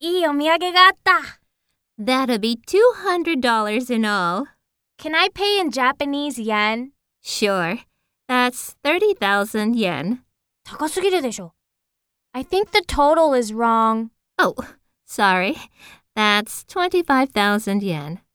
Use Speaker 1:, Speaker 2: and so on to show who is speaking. Speaker 1: いいお土産があった。
Speaker 2: That'll be $200 in all.
Speaker 1: Can I pay in Japanese yen?
Speaker 2: Sure. That's 30,000 yen.
Speaker 1: 高すぎるでしょ。I think the total is wrong.
Speaker 2: Oh, sorry. That's 25,000 yen.